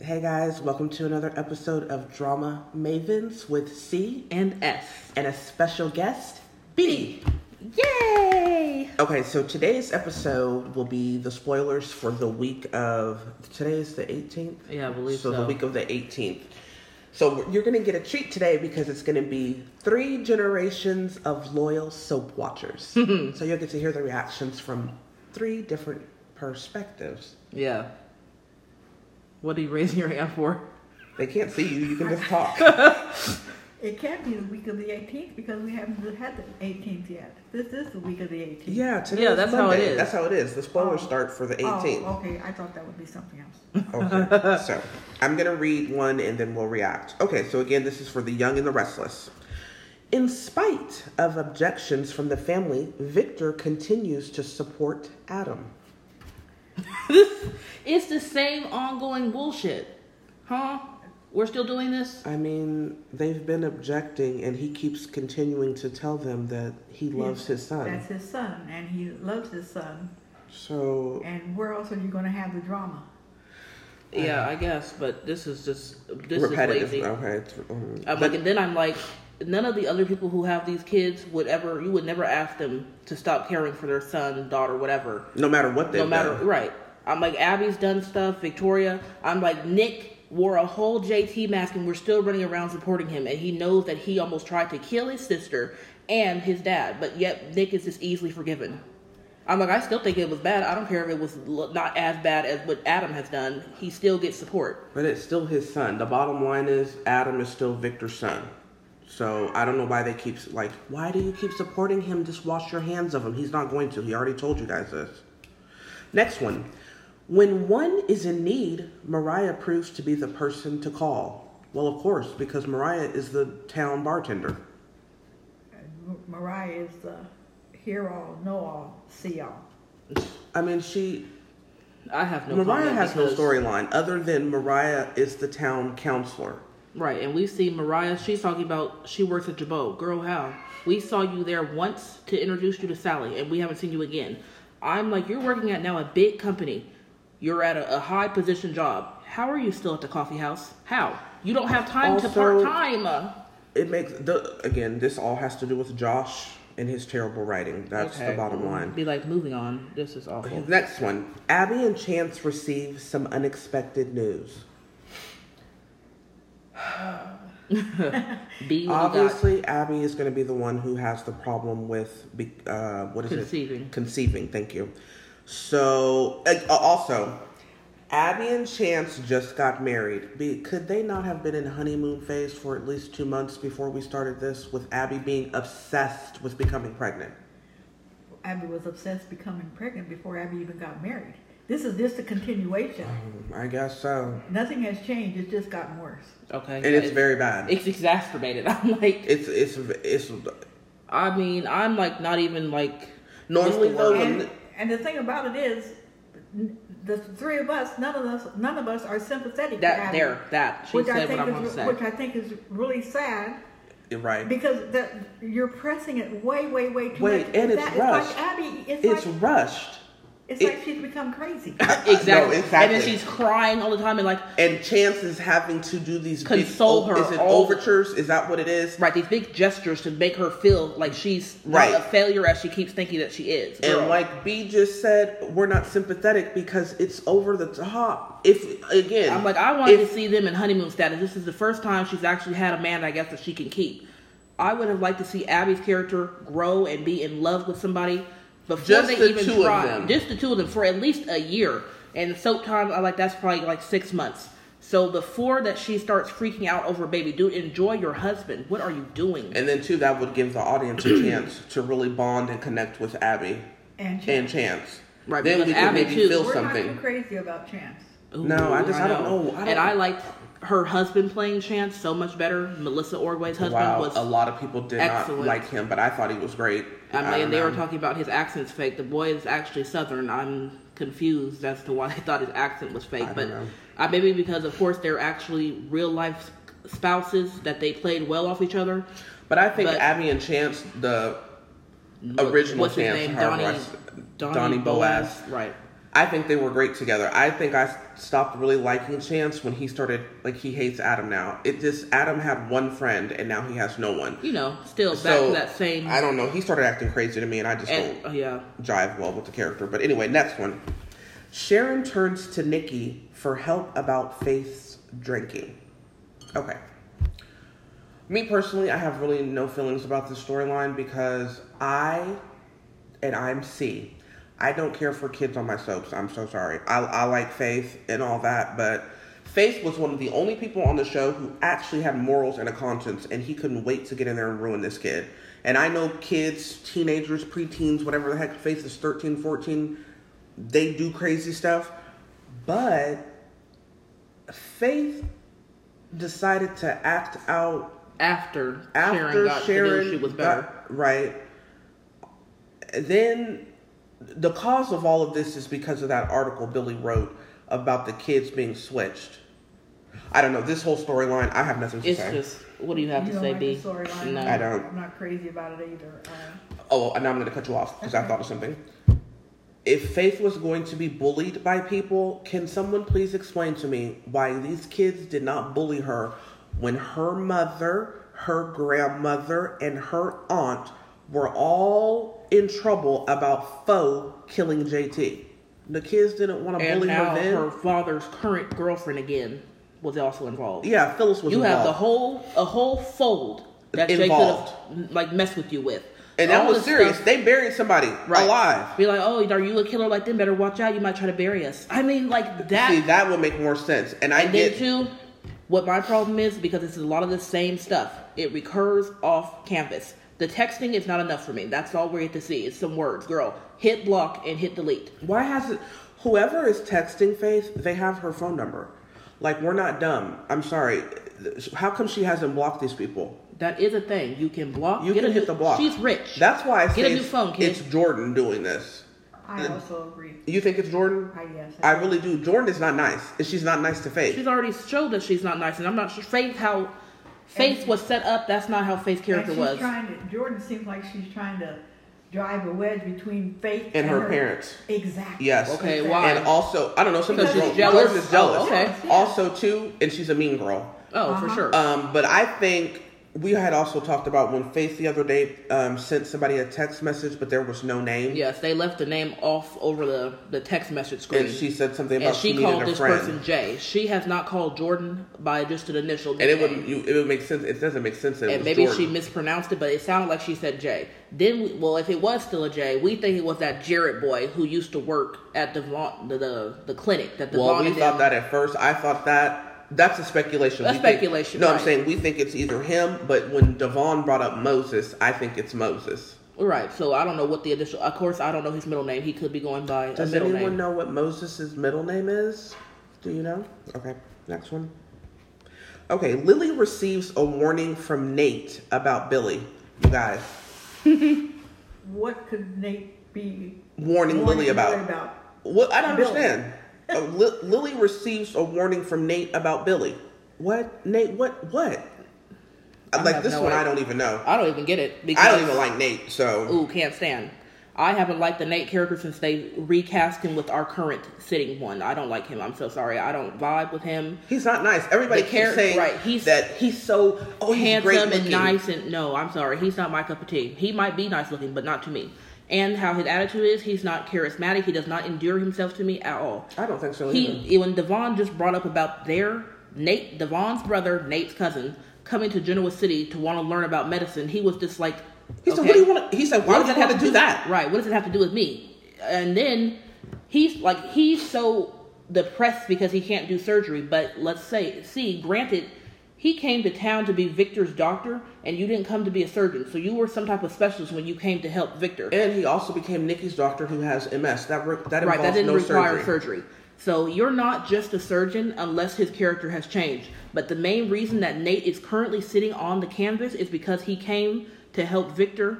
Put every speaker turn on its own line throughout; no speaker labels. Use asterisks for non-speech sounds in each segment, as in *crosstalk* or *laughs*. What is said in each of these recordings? Hey guys, welcome to another episode of Drama Mavens with C
and F.
and a special guest, B.
Yay!
Okay, so today's episode will be the spoilers for the week of today's the 18th.
Yeah, I believe
So the
so.
week of the 18th. So you're going to get a treat today because it's going to be three generations of loyal soap
*laughs*
watchers. so you'll get to hear the reactions from three different perspectives.
Yeah. What are you raising your hand for?
They can't see you, you can just talk.
It can't be the week of the 18th because we haven't had the 18th yet. This is the week of the 18th.
Yeah, today
Yeah,
is
that's how it
Monday.
is.
That's how it is. The spoilers
Oh.
start for the
Oh,
18th.
okay. I thought that would be something else.
Okay. so I'm gonna read one and then we'll react. Okay, so again, this is for the young and the restless. In spite of objections from the family, Victor continues to support Adam.
*laughs* It's the same ongoing bullshit. Huh? We're still doing this?
I mean, they've been objecting, and he keeps continuing to tell them that he loves his son.
That's his son, and he loves his son.
So
And where else are you going to have the drama?
Yeah, I guess, but this is just this
repetitive.
is lazy. Uh,
Okay. it's- um,
I'm like, and then I'm like, none of the other people who have these kids would ever you would never ask them to stop caring for their son, daughter, whatever.
no matter what they've
no matter
done.
right. I'm like Abby's done stuff, Victoria. I'm like Nick wore a whole JT mask and we're still running around supporting him and he knows that he almost tried to kill his sister and his dad, but yet Nick is just easily forgiven. I'm like I still think it was bad. I don't care if it was l- not as bad as what Adam has done. He still gets support.
But it's still his son. The bottom line is Adam is still Victor's son. So I don't know why they keep like why do you keep supporting him? Just wash your hands of him. He's not going to. He already told you guys this. Next one. When one is in need, Mariah proves to be the person to call. Well, of course, because Mariah is the town bartender.
M- Mariah is the hear all, know all, see all.
I mean, she
I have no.
Mariah
comment
has no
because-
storyline other than Mariah is the town counselor.
Right, and we see Mariah, she's talking about she works at Jabot. Girl, how? We saw you there once to introduce you to Sally, and we haven't seen you again. I'm like, you're working at now a big company. You're at a, a high position job. How are you still at the coffee house? How? You don't have time to
Also-
part time. uh,
it makes the again this all has to do with josh and his terrible writing that's the
okay. Mm-hmm.
bottom line
Be like, moving on. This is awful.
next one abby and chance receive some unexpected news
Be what you got.
obviously abby is going to be the one who has the problem with be- uh, what is
Conceiving.
it conceiving thank you so uh, also abby and chance just got married be- could they not have been in honeymoon phase for at least two months before we started this with abby being obsessed with becoming pregnant
Abby was obsessed becoming pregnant before Abby even got married. This is just a continuation.
Mm-hmm.
i guess so
Nothing has changed. It's just gotten worse.
Okay.
and it's very bad.
It's exacerbated. *laughs* I'm like,
It's it's it's
I mean, I'm like, not even like.
normally
Mr.
though.
Warren.
When,
And, and the thing about it is, n- the three of us, none of us, none of us are sympathetic. to
That,
Abby,
there, that. She
which I
said what
think
I'm
is
going to say.
which I think is really sad
you're right.
because that you're pressing it way, way, way too
Wait,
much.
and it's
that,
rushed.
It's like Abby. It's,
It's
like
rushed,
it's
it-
like she's
*laughs*
become crazy.
Exactly.
No, exactly.
And then she's crying all the time and like
and Chance is having to do these big-
Console her
Is it
all-
overtures? Is that what it is?
right these big gestures to make her feel like she's
Right.
not a failure as she keeps thinking that she is. Girl.
And like B just said, we're not sympathetic because it's over the top. If again,
I'm like I wanted
if-
to see them in honeymoon status. This is the first time she's actually had a man I guess that she can keep. I would have liked to see Abby's character grow and be in love with somebody before
Just
they
the
even
two of
try.
them.
Just the two of them for at least a year. And soap time I like that's probably like six months. So before that she starts freaking out over baby, dude, enjoy your husband. What are you doing?
and then too, that would give the audience
*clears throat*
a chance to really bond and connect with Abby
and Chance.
and Chance.
Right,
Then
because
we could
Abby,
maybe
too.
feel
We're not
something.
too crazy about Chance.
Ooh,
No, I just- I don't know. I don't-
and I liked her husband playing Chance so much better. Melissa Ordway's husband
Wow,
was.
a lot of people did
excellent.
not like him, but I thought he was great.
I mean,
don't
and they were
know.
talking about his accent's fake. The boy is actually Southern. I'm confused as to why they thought his accent was fake,
don't
but
know.
I maybe because of course they're actually real life spouses that they played well off each other.
But I think
But-
Abby and Chance, the
What-
original
what's his
Chance,
name?
however
Donnie,
I s- Donnie Boaz.
Right.
I think they were great together. I think I stopped really liking Chance when he started like he hates Adam now. It just Adam had one friend and now he has no one.
You know, still back
So,
to that same.
I don't know. He started acting crazy to me, and I just
and, oh,
don't
yeah.
jive well with the character. But anyway, next one. Sharon turns to Nikki for help about Faith's drinking. Okay. Me personally, I have really no feelings about this storyline because I, and I'm C, I don't care for kids on my soaps. I'm so sorry. I, I like Faith and all that, but Faith was one of the only people on the show who actually had morals and a conscience, and he couldn't wait to get in there and ruin this kid. And I know kids, teenagers, preteens, whatever the heck, Faith is 13, 14, they do crazy stuff, but Faith decided to act out
After, Sharon
after
got
Sharon,
to know she was better.
got- right? Then the cause of all of this is because of that article Billy wrote about the kids being switched. I don't know this whole storyline. I have nothing to
it's
say.
just what do you have
You
to
don't
say,
like
B?
the storyline.
No.
I don't.
I'm not crazy about it either. Uh,
Oh, and now I'm going to cut you off because I
Okay.
thought of something. If Faith was going to be bullied by people, can someone please explain to me why these kids did not bully her when her mother, her grandmother, and her aunt were all in trouble about Foe killing JT? The kids didn't want to
And
bully
now
her then.
her father's current girlfriend again was also involved.
Yeah, Phyllis was
You
involved.
have the whole a whole fold that
Involved.
Jay could have like messed with you with.
and that
All
was
this
serious.
stuff-
they buried somebody alive.
Be like, oh, are you a killer like them? Better watch out. You might try to bury us. I mean, like that.
See, that would make more sense. And I
and
get
then too, what my problem is because it's a lot of the same stuff. It recurs off campus. The texting is not enough for me. That's all we get to see. It's some words, girl. Hit block and hit delete.
Why has it? Whoever is texting Faith, they have her phone number. Like we're not dumb. I'm sorry. How come she hasn't blocked these people?
That is a thing. You can block.
You
get
can
a
hit
new-
the block.
She's rich.
That's why I say
Get a new
it's-
phone, kid.
it's Jordan doing this.
I also agree.
Uh, You think it's Jordan?
I yes.
I really do. Jordan is not nice, and she's not nice to Faith.
She's already showed us she's not nice, and I'm not sure Faith how Faith was set up. That's not how Faith's character
and she's
was.
Trying to, Jordan seems like she's trying to drive a wedge between faith
And her parents.
Exactly.
Yes.
Okay,
Exactly.
why?
And also, I don't know. Sometimes Jordan
Because she's jealous?
Jordan is jealous.
Oh, okay.
Also, too, and she's a mean girl.
Oh, for
Uh-huh.
sure.
Um, but I think we had also talked about when Faith the other day um, sent somebody a text message, but there was no name.
yes, they left the name off over the, the text message screen.
and she said something about
And she
she needed
called
a
this
friend.
person Jay. She has not called Jordan by just an initial.
and it
nickname.
would you, it would make sense. It doesn't make sense. That it
and
was
maybe
Jordan.
she mispronounced it, but it sounded like she said Jay. Then, we, well, if it was still a Jay, we think it was that Jarrett boy who used to work at the Vaughn, the, the the clinic that the
well,
Vaughn
we
and
thought
them-
that at first. I thought that that's a speculation.
That's
We think-
speculation,
no, I'm
right.
saying we think it's either him. But when Devon brought up Moses, I think it's Moses.
Right. So I don't know what the initial. Of course, I don't know his middle name. He could be going by
Does
a middle
anyone
name.
know what Moses' middle name is? Do you know? Okay, next one. Okay, Lily receives a warning from Nate about Billy. You guys,
What could Nate be
warning, Lily
warning
about.
Lily about?
What I don't
Billy.
understand. Uh, Li- Lily receives a warning from Nate about Billy. What Nate? What what?
I
like
have
this
no
one, I
idea.
don't even know.
I don't even get it. Because,
I don't even like Nate, so
Ooh, can't stand. I haven't liked the Nate character since they recast him with our current sitting one. I don't like him. I'm so sorry. I don't vibe with him.
he's not nice. Everybody
The
keeps
character-
saying
right, he's-
that he's so oh he's great
Handsome
looking.
and nice and no, I'm sorry. He's not my cup of tea. He might be nice looking, but not to me. And how his attitude is, he's not charismatic. He does not endure himself to me at all.
I don't think so. either.
He when Devon just brought up about their Nate Devon's brother, Nate's cousin, coming to Genoa City to want to learn about medicine, he was just like
He said,
okay,
"What do you want?" He said, "Why
what
would you
does
want to do that?"
Right. What does it have to do with me? And then he's like he's so depressed because he can't do surgery. But let's say, see, granted, he came to town to be Victor's doctor, and you didn't come to be a surgeon. So you were some type of specialist when you came to help Victor.
And he also became Nikki's doctor, who has MS. That re- that involves
Right, that didn't
no
require
surgery.
surgery. So you're not just a surgeon unless his character has changed. But the main reason that Nate is currently sitting on the canvas is because he came to help Victor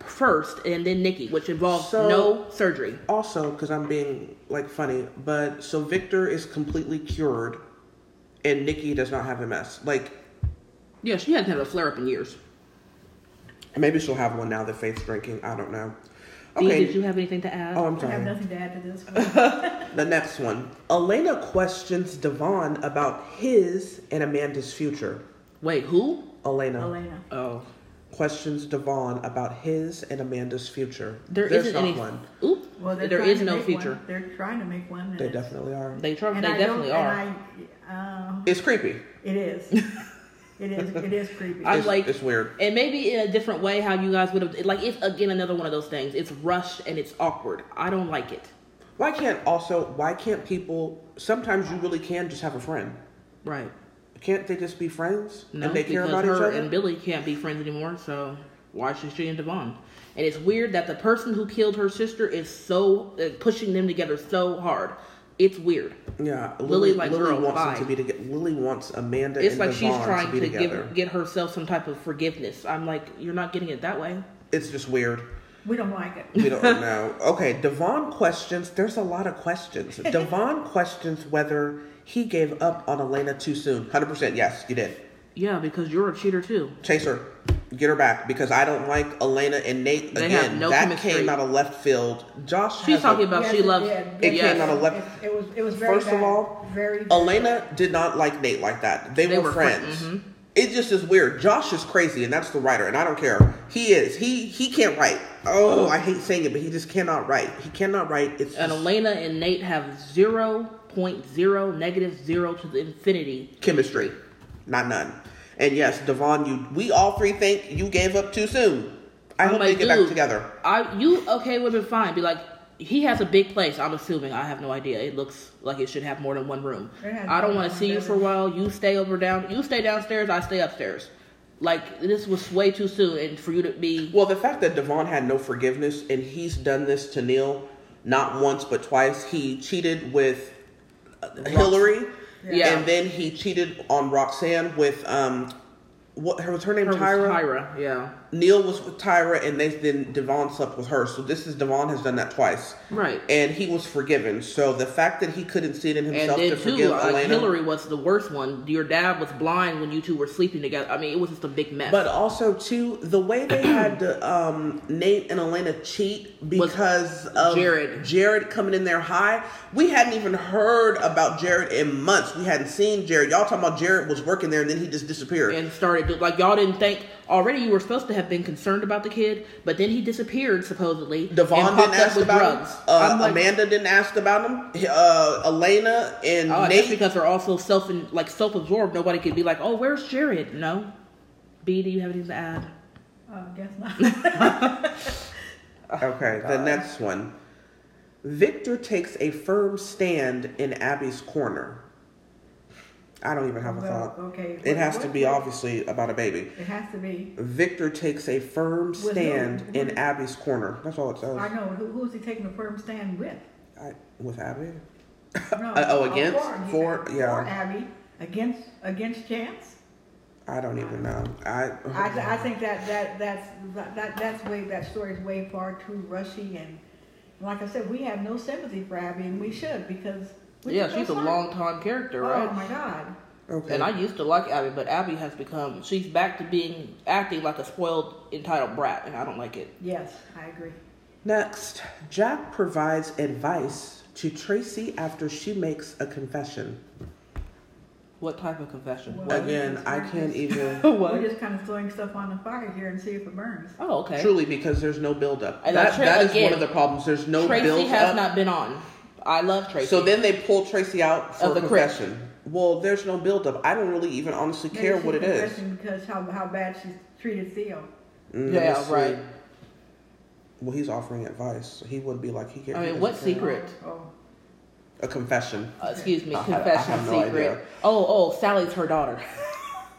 first and then Nikki, which involves
So-
no surgery.
also because i'm being like funny but so victor is completely cured and nikki does not have ms like
Yeah, she hasn't had a flare up in years.
maybe she'll have one now that faith's drinking i don't know
Dee,
Okay.
did you have anything to add?
Oh, I'm
I have
sorry.
nothing to add to this.
*laughs*
one.
The next one. Elena questions Devon about his and Amanda's future.
Wait, who?
Elena.
Oh,
questions Devon about his and Amanda's future.
There's
not
any.
one.
Oop.
Well, they're
there
trying
is
to
no
make
future.
One. They're trying to make one. and
They
it's-
definitely are.
They, try, they
and I don't-
definitely are.
And I, uh,
It's creepy. *laughs*
it is. it is. It is creepy.
I- I'm
It's,
like-
it's weird.
And maybe in a different way, how you guys would have like it's again another one of those things. It's rushed and it's awkward. I don't like it.
Why can't also why can't people sometimes you really can just have a friend?
Right.
Can't they just be friends
No,
and they care
because
about each
her
other?
and Billy can't be friends anymore. So why should she and Devon? And it's weird that the person who killed her sister is so uh, pushing them together so hard. It's weird.
yeah,
Lily,
Lily,
like,
Lily
girl,
wants
bye.
them to be together. Lily wants Amanda
It's
and
like
Devon
she's trying
to
to,
be together.
give get herself some type of forgiveness. I'm like, you're not getting it that way.
it's just weird.
we don't like it.
We don't
*laughs*
know. Okay, Devon questions. There's a lot of questions.
*laughs*
Devon questions whether he gave up on Elena too soon. Hundred percent. Yes, you did.
Yeah, because you're a cheater too.
Chase her. Get her back because I don't like Elena and Nate
They have
again.
no
that
chemistry.
came out of left field. Josh.
She's
has a-
talking about she
Yes,
loves.
did.
It
yes.
came out of left-
It, it was. It was very
First
bad.
of all,
very. bad.
Elena did not like Nate like that. They,
They
were,
were fri-
friends.
mhm.
It just is weird. Josh is crazy, and that's the writer, and I don't care. He is. He he can't write. Oh, I hate saying it, but he just cannot write. He cannot write. It's
and
just
Elena and Nate have zero point zero negative zero to the infinity.
chemistry, not none. And yes, Devon, you we all three think you gave up too soon. I
I'm
hope
like,
they get back
dude,
together.
I you okay would have been fine. Be like, he has a big place. I'm assuming. I have no idea. It looks like it should have more than one room.
It has
I don't
more
want to
than
see you
one
for a while. You stay over down. You stay downstairs. I stay upstairs. Like this was way too soon, and for you to be
Well, the fact that Devon had no forgiveness and he's done this to Neil not once but twice. He cheated with uh, Hillary,
Yeah.
and then he cheated on Roxanne with um, what her, was her name?
Her was
Tyra.
Tyra, yeah,
Neil was with Tyra, and they then Devon slept with her. So this is Devon has done that twice,
right.
and he was forgiven. So the fact that he couldn't see it in
And
himself
then
to
too,
forgive
like
Elena.
Hillary was the worst one. Your dad was blind when you two were sleeping together. I mean, it was just a big mess.
But also too, the way they had to, um, Nate and Elena cheat because of
Jared.
Jared coming in there high. We hadn't even heard about Jared in months. We hadn't seen Jared. Y'all talking about Jared was working there and then he just disappeared.
and started to- like y'all didn't think already you were supposed to have been concerned about the kid, but then he disappeared supposedly.
Devon
and popped
didn't
up
ask
with
about
drugs.
him. Uh,
I'm like,
Amanda didn't ask about him. Uh, Elena and
Oh, that's
Nate.
because they're also self and like self absorbed. Nobody could be like, "Oh, where's Jared?" No. B, do you have anything to add?
Uh, guess
*laughs*
not. Oh,
Okay, the next one. Victor takes a firm stand in Abby's corner. I don't even have a
Well,
thought.
okay.
It has to
What-
be obviously about a baby.
it has to be.
Victor takes a firm
With who? Mm-hmm.
stand in Abby's corner. That's all it says.
I know. Who, who's he taking a firm
*laughs*
stand with?
I, with Abby?
No,
Uh, oh, against?
for,
For- yeah.
for Abby against against Chance.
I don't even know. I,
I, th- I think that that that's that, that that's way that story's way far too rushy and like I said, we have no sympathy for Abby and we should because we
yeah,
just
she's a
don't like-
long time character, right?
Oh my God.
okay.
And I used to like Abby, but Abby has become she's back to being acting like a spoiled entitled brat, and I don't like it.
Yes, I agree.
Next, Jack provides advice to Tracy after she makes a confession.
What type of confession?
Well,
What?
Again, I can't even.
*laughs*
What?
We're just kind of throwing stuff on the fire here and see if it burns.
Oh, okay.
Truly, because there's no buildup.
And
That,
I'm sure-
that is
again,
one of the problems. There's no
Tracy
build
has
up.
not been on. I love Tracy.
so then they pull Tracy out for
Of the
confession. Well, there's no buildup. I don't really even honestly
Maybe
care
she's
what it is.
confessing Because how how bad she's treated Theo.
Mm, let me
yeah,
see.
right.
Well, he's offering advice. So he wouldn't be like he can't.
I
he doesn't
mean, what
care.
secret?
Oh,
A confession.
Uh, excuse me,
I have- I
confession
have no
secret.
idea.
Oh, oh, Sally's her daughter.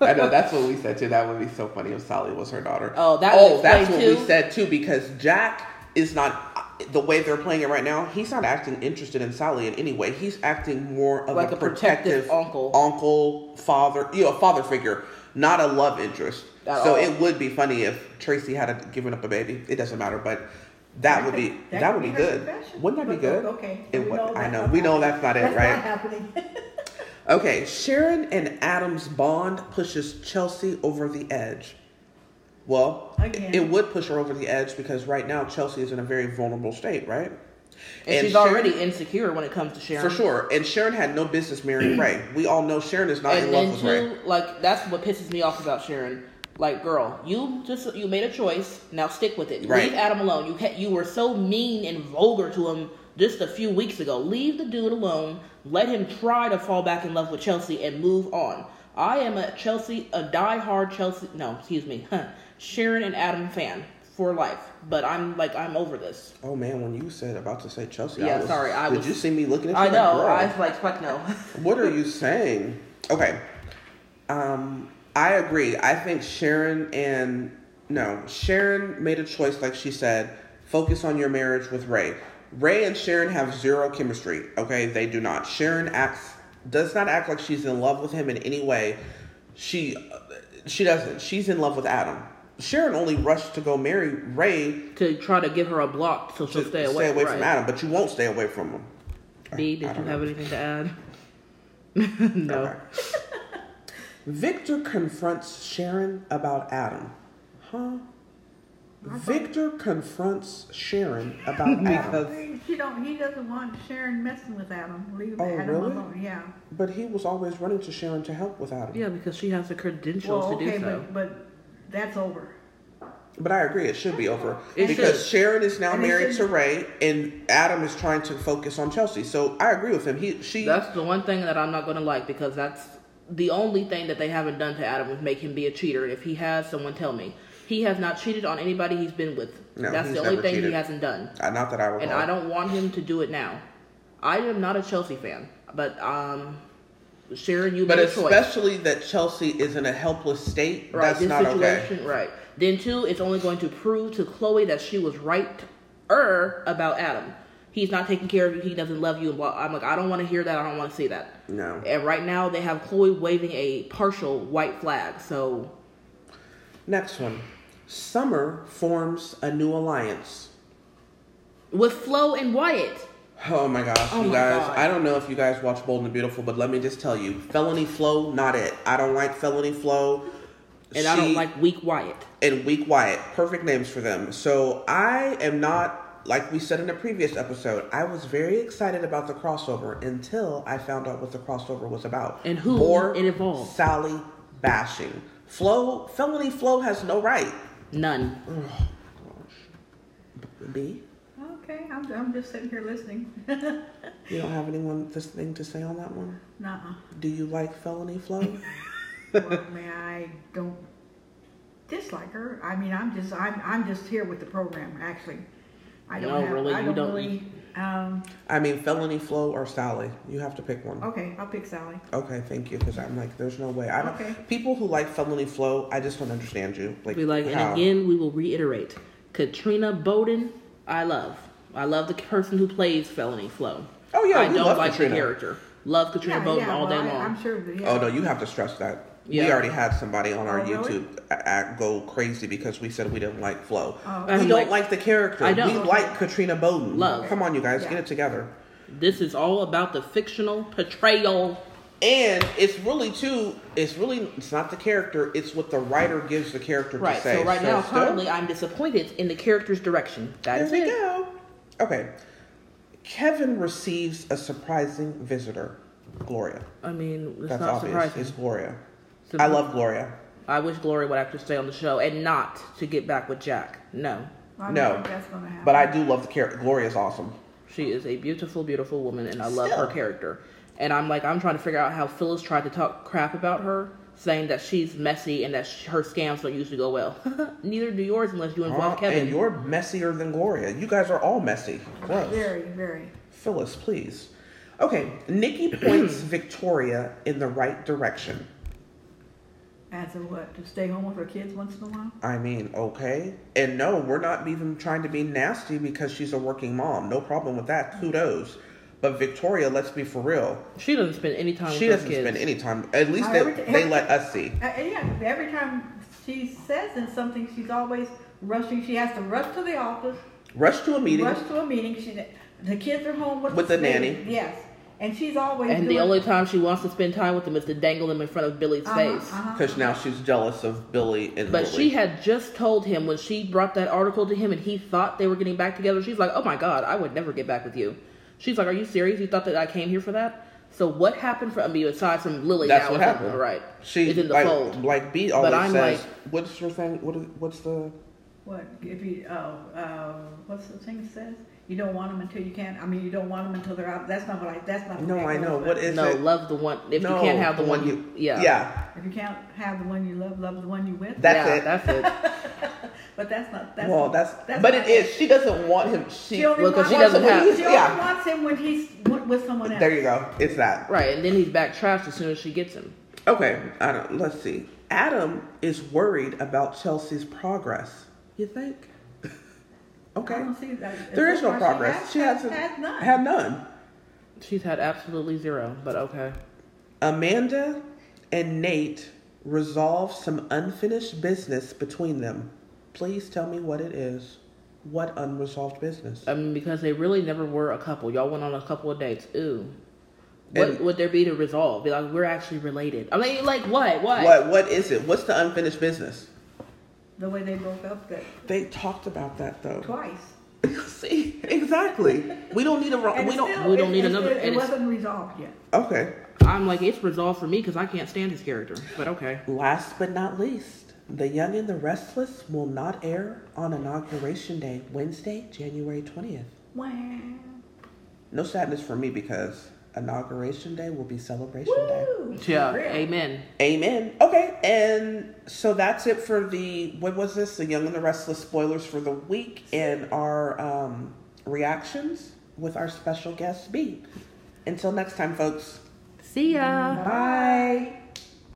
I know that's what we said too. That would be so funny if Sally was her daughter.
Oh, that would
Oh, that's what
explain, too.
we said too because Jack is not the way they're playing it right now. He's not acting interested in Sally in any way. He's acting more of
Like
a,
a protective uncle.
uncle, father, you know, father figure, not a love interest.
At
so
all.
it would be funny if Tracy had a, given up a baby. It doesn't matter, but. That,
That
would
could-
be
that
that,
could
would
be
be,
her
good.
confession.
Wouldn't that be
But-
good?
okay.
It
We
would-
know
I
that's
know.
not
We know that's not it,
*laughs* that's
right?
not happening.
Okay, Sharon and Adam's bond pushes Chelsea over the edge. Well,
Again.
it would push her over the edge because right now Chelsea is in a very vulnerable state, right?
And, she's
Sharon-
already insecure when it comes to Sharon.
for sure. And Sharon had no business marrying
*clears throat*
Ray. We all know Sharon is not in
And
love
then
with Ray.
too, like that's what pisses me off about Sharon. Like, girl, you just you made a choice. Now stick with it.
Right.
Leave Adam alone. You ca- you were so mean and vulgar to him just a few weeks ago. Leave the dude alone. Let him try to fall back in love with Chelsea and move on. I am a Chelsea, a diehard Chelsea. No, excuse me, Sharon and Adam fan for life. But I'm like I'm over this.
Oh man, when you said about to say Chelsea, I
Yeah,
was,
sorry, I
did
was-
you see me looking at you?
I
like,
know.
girl,
I was like fuck no. *laughs*
What are you saying? Okay. Um, I agree. I think Sharon and no, Sharon made a choice, like she said, focus on your marriage with Ray. Ray and Sharon have zero chemistry. Okay, they do not. Sharon acts does not act like she's in love with him in any way. She she doesn't. She's in love with Adam. Sharon only rushed to go marry Ray
to try to give her a block so she'll
to
stay away.
from
right.
Adam, but you won't stay away from him.
B, did
I
you
don't
have anything to add? *laughs* no.
Okay. Victor confronts Sharon about Adam. Huh? Victor confronts Sharon
*laughs*
about Adam.
She don't. He doesn't want Sharon messing with Adam. Leave
Oh,
Adam
really?
alone. Yeah.
But he was always running to Sharon to help with Adam.
Yeah, because she has the credentials
Well,
to
okay,
do so.
but, but that's over.
But I agree, it should be over.
It
because
should.
Sharon is now
And it
married to
should-
Ray, and Adam is trying to focus on Chelsea. So I agree with him. He, she,
That's the one thing that I'm not going to like because that's the only thing that they haven't done to Adam is make him be a cheater. And if he has, someone tell me. He has not cheated on anybody he's been with.
No,
that's
he's
the only
never
thing
cheated.
he hasn't done.
uh, not that I recall.
And I don't want him to do it now. I am not a Chelsea fan, but um, Sharon, you
But
made a choice.
especially that Chelsea is in a helpless state.
right,
that's
this
not okay.
situation, right. Then two, it's only going to prove to Chloe that she was right er about Adam. He's not taking care of you. He doesn't love you. Well, I'm like, I don't want to hear that. I don't want to see that.
No.
And right now, they have Chloe waving a partial white flag. So
Next one. Summer forms a new alliance.
with Flo and Wyatt,
Oh my gosh,
Oh
you
my
guys.
God.
I don't know if you guys watch Bold and Beautiful, but let me just tell you Felony Flow, not it. I don't like Felony Flow.
and I don't
She-
like weak Wyatt.
and Weak Wyatt. Perfect names for them. So I am not, like we said in a previous episode, I was very excited about the crossover until I found out what the crossover was about.
And who
More
it involved.
Sally bashing. Flo, Felony Flow has no right.
None.
B,
Okay, I'm, I'm just sitting here listening. *laughs*
you don't have anyone this thing to say on that one?
Nuh-uh.
Do you like Felony Flow?
Well,
*laughs*
I mean, I don't dislike her. I mean, I'm just, I'm, I'm just here with the program, actually. I don't
No,
have,
Oh, really,
I
you
don't,
don't
really, um,
I mean, Felony Flow or Sally. You have to pick one.
okay, I'll pick Sally.
Okay, thank you. Because I'm like, there's no way. I don't.
Okay.
People who like Felony Flow, I just don't understand you. Like,
We like, and
how?
again, we will reiterate: Katrina Bowden, I love. I love the person who plays Felony Flo.
Oh, yeah,
I
we
don't
love
like
Katrina.
the character. Love Katrina Bowden all day
well,
long.
I, am sure, that, yeah.
Oh no, you have to stress that. We
Yeah.
already had somebody on our
Oh, really?
YouTube a- a- go crazy because we said we didn't like Flo.
Oh,
we
I'm
don't like,
like-
the character.
I don't.
We like Katrina Bowden.
Love.
Come on, you guys,
Yeah.
get it together.
This is all about the fictional portrayal.
And it's really too. It's really. It's not the character. It's what the writer gives the character
Right.
to say.
So right now,
still-
currently, I'm disappointed in the character's direction. That
There
is
we
it.
go. Okay. Kevin receives a surprising visitor, Gloria.
I mean, it's
That's
not
obvious.
surprising.
It's Gloria.
Surpri-
I love Gloria.
I wish Glory would actually stay on the show and not to get back with Jack. No,
I don't
no.
think that's gonna happen.
But I do love the character. Gloria's awesome.
she is a beautiful, beautiful woman, and I love
Still.
her character. And I'm like, I'm trying to figure out how Phyllis tried to talk crap about her, saying that she's messy and that sh her scams don't usually go well. *laughs* Neither do yours unless you involve
Uh,
Kevin.
And you're messier than Gloria. You guys are all messy. Gross.
Very, very.
Phyllis, please. Okay. Nikki
*clears throat*
points Victoria in the right direction.
As a what? To stay home with her kids once in a while?
I mean, okay. And no, we're not even trying to be nasty because she's a working mom. No problem with that. Kudos. But Victoria, let's be for real.
she doesn't spend any time
She
with
doesn't
her Oh, kids.
spend any time. At least
I
they,
already-
they let us see.
Uh, yeah, every time she says in something, she's always rushing. She has to rush to the office,
Rush to a meeting.
rush to a meeting. She, the kids are home with,
With the nanny.
Yes. And she's always
And the
doing-
only time she wants to spend time with him is to dangle him in front of Billy's
Uh-huh,
face.
uh-huh.
Because now she's jealous of Billy and
But
Lily.
she had just told him when she brought that article to him and he thought they were getting back together. She's like, oh my God, I would never get back with you. She's like, are you serious? You thought that I came here for that? So what happened for I mean, aside from Lily?
That's
now
what
it's in-
happened.
right.
She
is in the
like,
fold.
Like B always
I'm
says,
like-
what's her thing? What is, what's the
What if you? Oh, uh, what's the thing that says? You don't want them until you can. I mean, you don't want them until they're out. That's not what I. That's not. what
No,
that
I
goes
know.
with.
What is
no,
it?
love the one. If
No,
you can't have the, one, you, yeah,
Yeah.
If you can't have the one you love, love the one you with.
That- That's
yeah,
it.
That's it.
*laughs*
*laughs*
but that's not. That's
well,
not-
that's, but
not-
it is. She doesn't want him. She,
She only
well, 'cause
wants
she
him
doesn't
when
have-
he's- She only
yeah.
wants him when he's with, with someone else.
there you go. It's that.
Right, and then he's back trash as soon as she gets him.
Okay. I don't. Let's see. Adam is worried about Chelsea's progress. You think? *laughs*
I
Okay.
don't see that.
There is
So
no
far,
progress. She
Um, has,
hasn't
had none.
had none.
She's had absolutely zero, but okay.
Amanda and Nate resolve some unfinished business between them. Please tell me what it is. What unresolved business?
I mean, because they really never were a couple. Y'all went on a couple of dates. Ooh. What
And-
would there be to resolve? Be like, we're actually related. I mean, like, what? What?
What what is it? What's the unfinished business?
The way they broke up that
They talked about that though.
twice.
*laughs* See, exactly. We don't need a wrong.
And
We
it's
don't.
still-
we don't
it-
need
it-
another-
It,
and
it
it's-
wasn't resolved yet.
Okay.
I'm like, it's resolved for me because I can't stand his character. But okay.
Last but not least, The Young and the Restless will not air on inauguration day, Wednesday, January twentieth.
Wow.
No sadness for me because inauguration day will be celebration day.
Woo!
Yeah.
For real.
Amen.
Amen. Okay, and so that's it for the what was this? The Young and the Restless spoilers for the week and our um, reactions with our special guest B. Until next time, folks.
See ya.
Bye.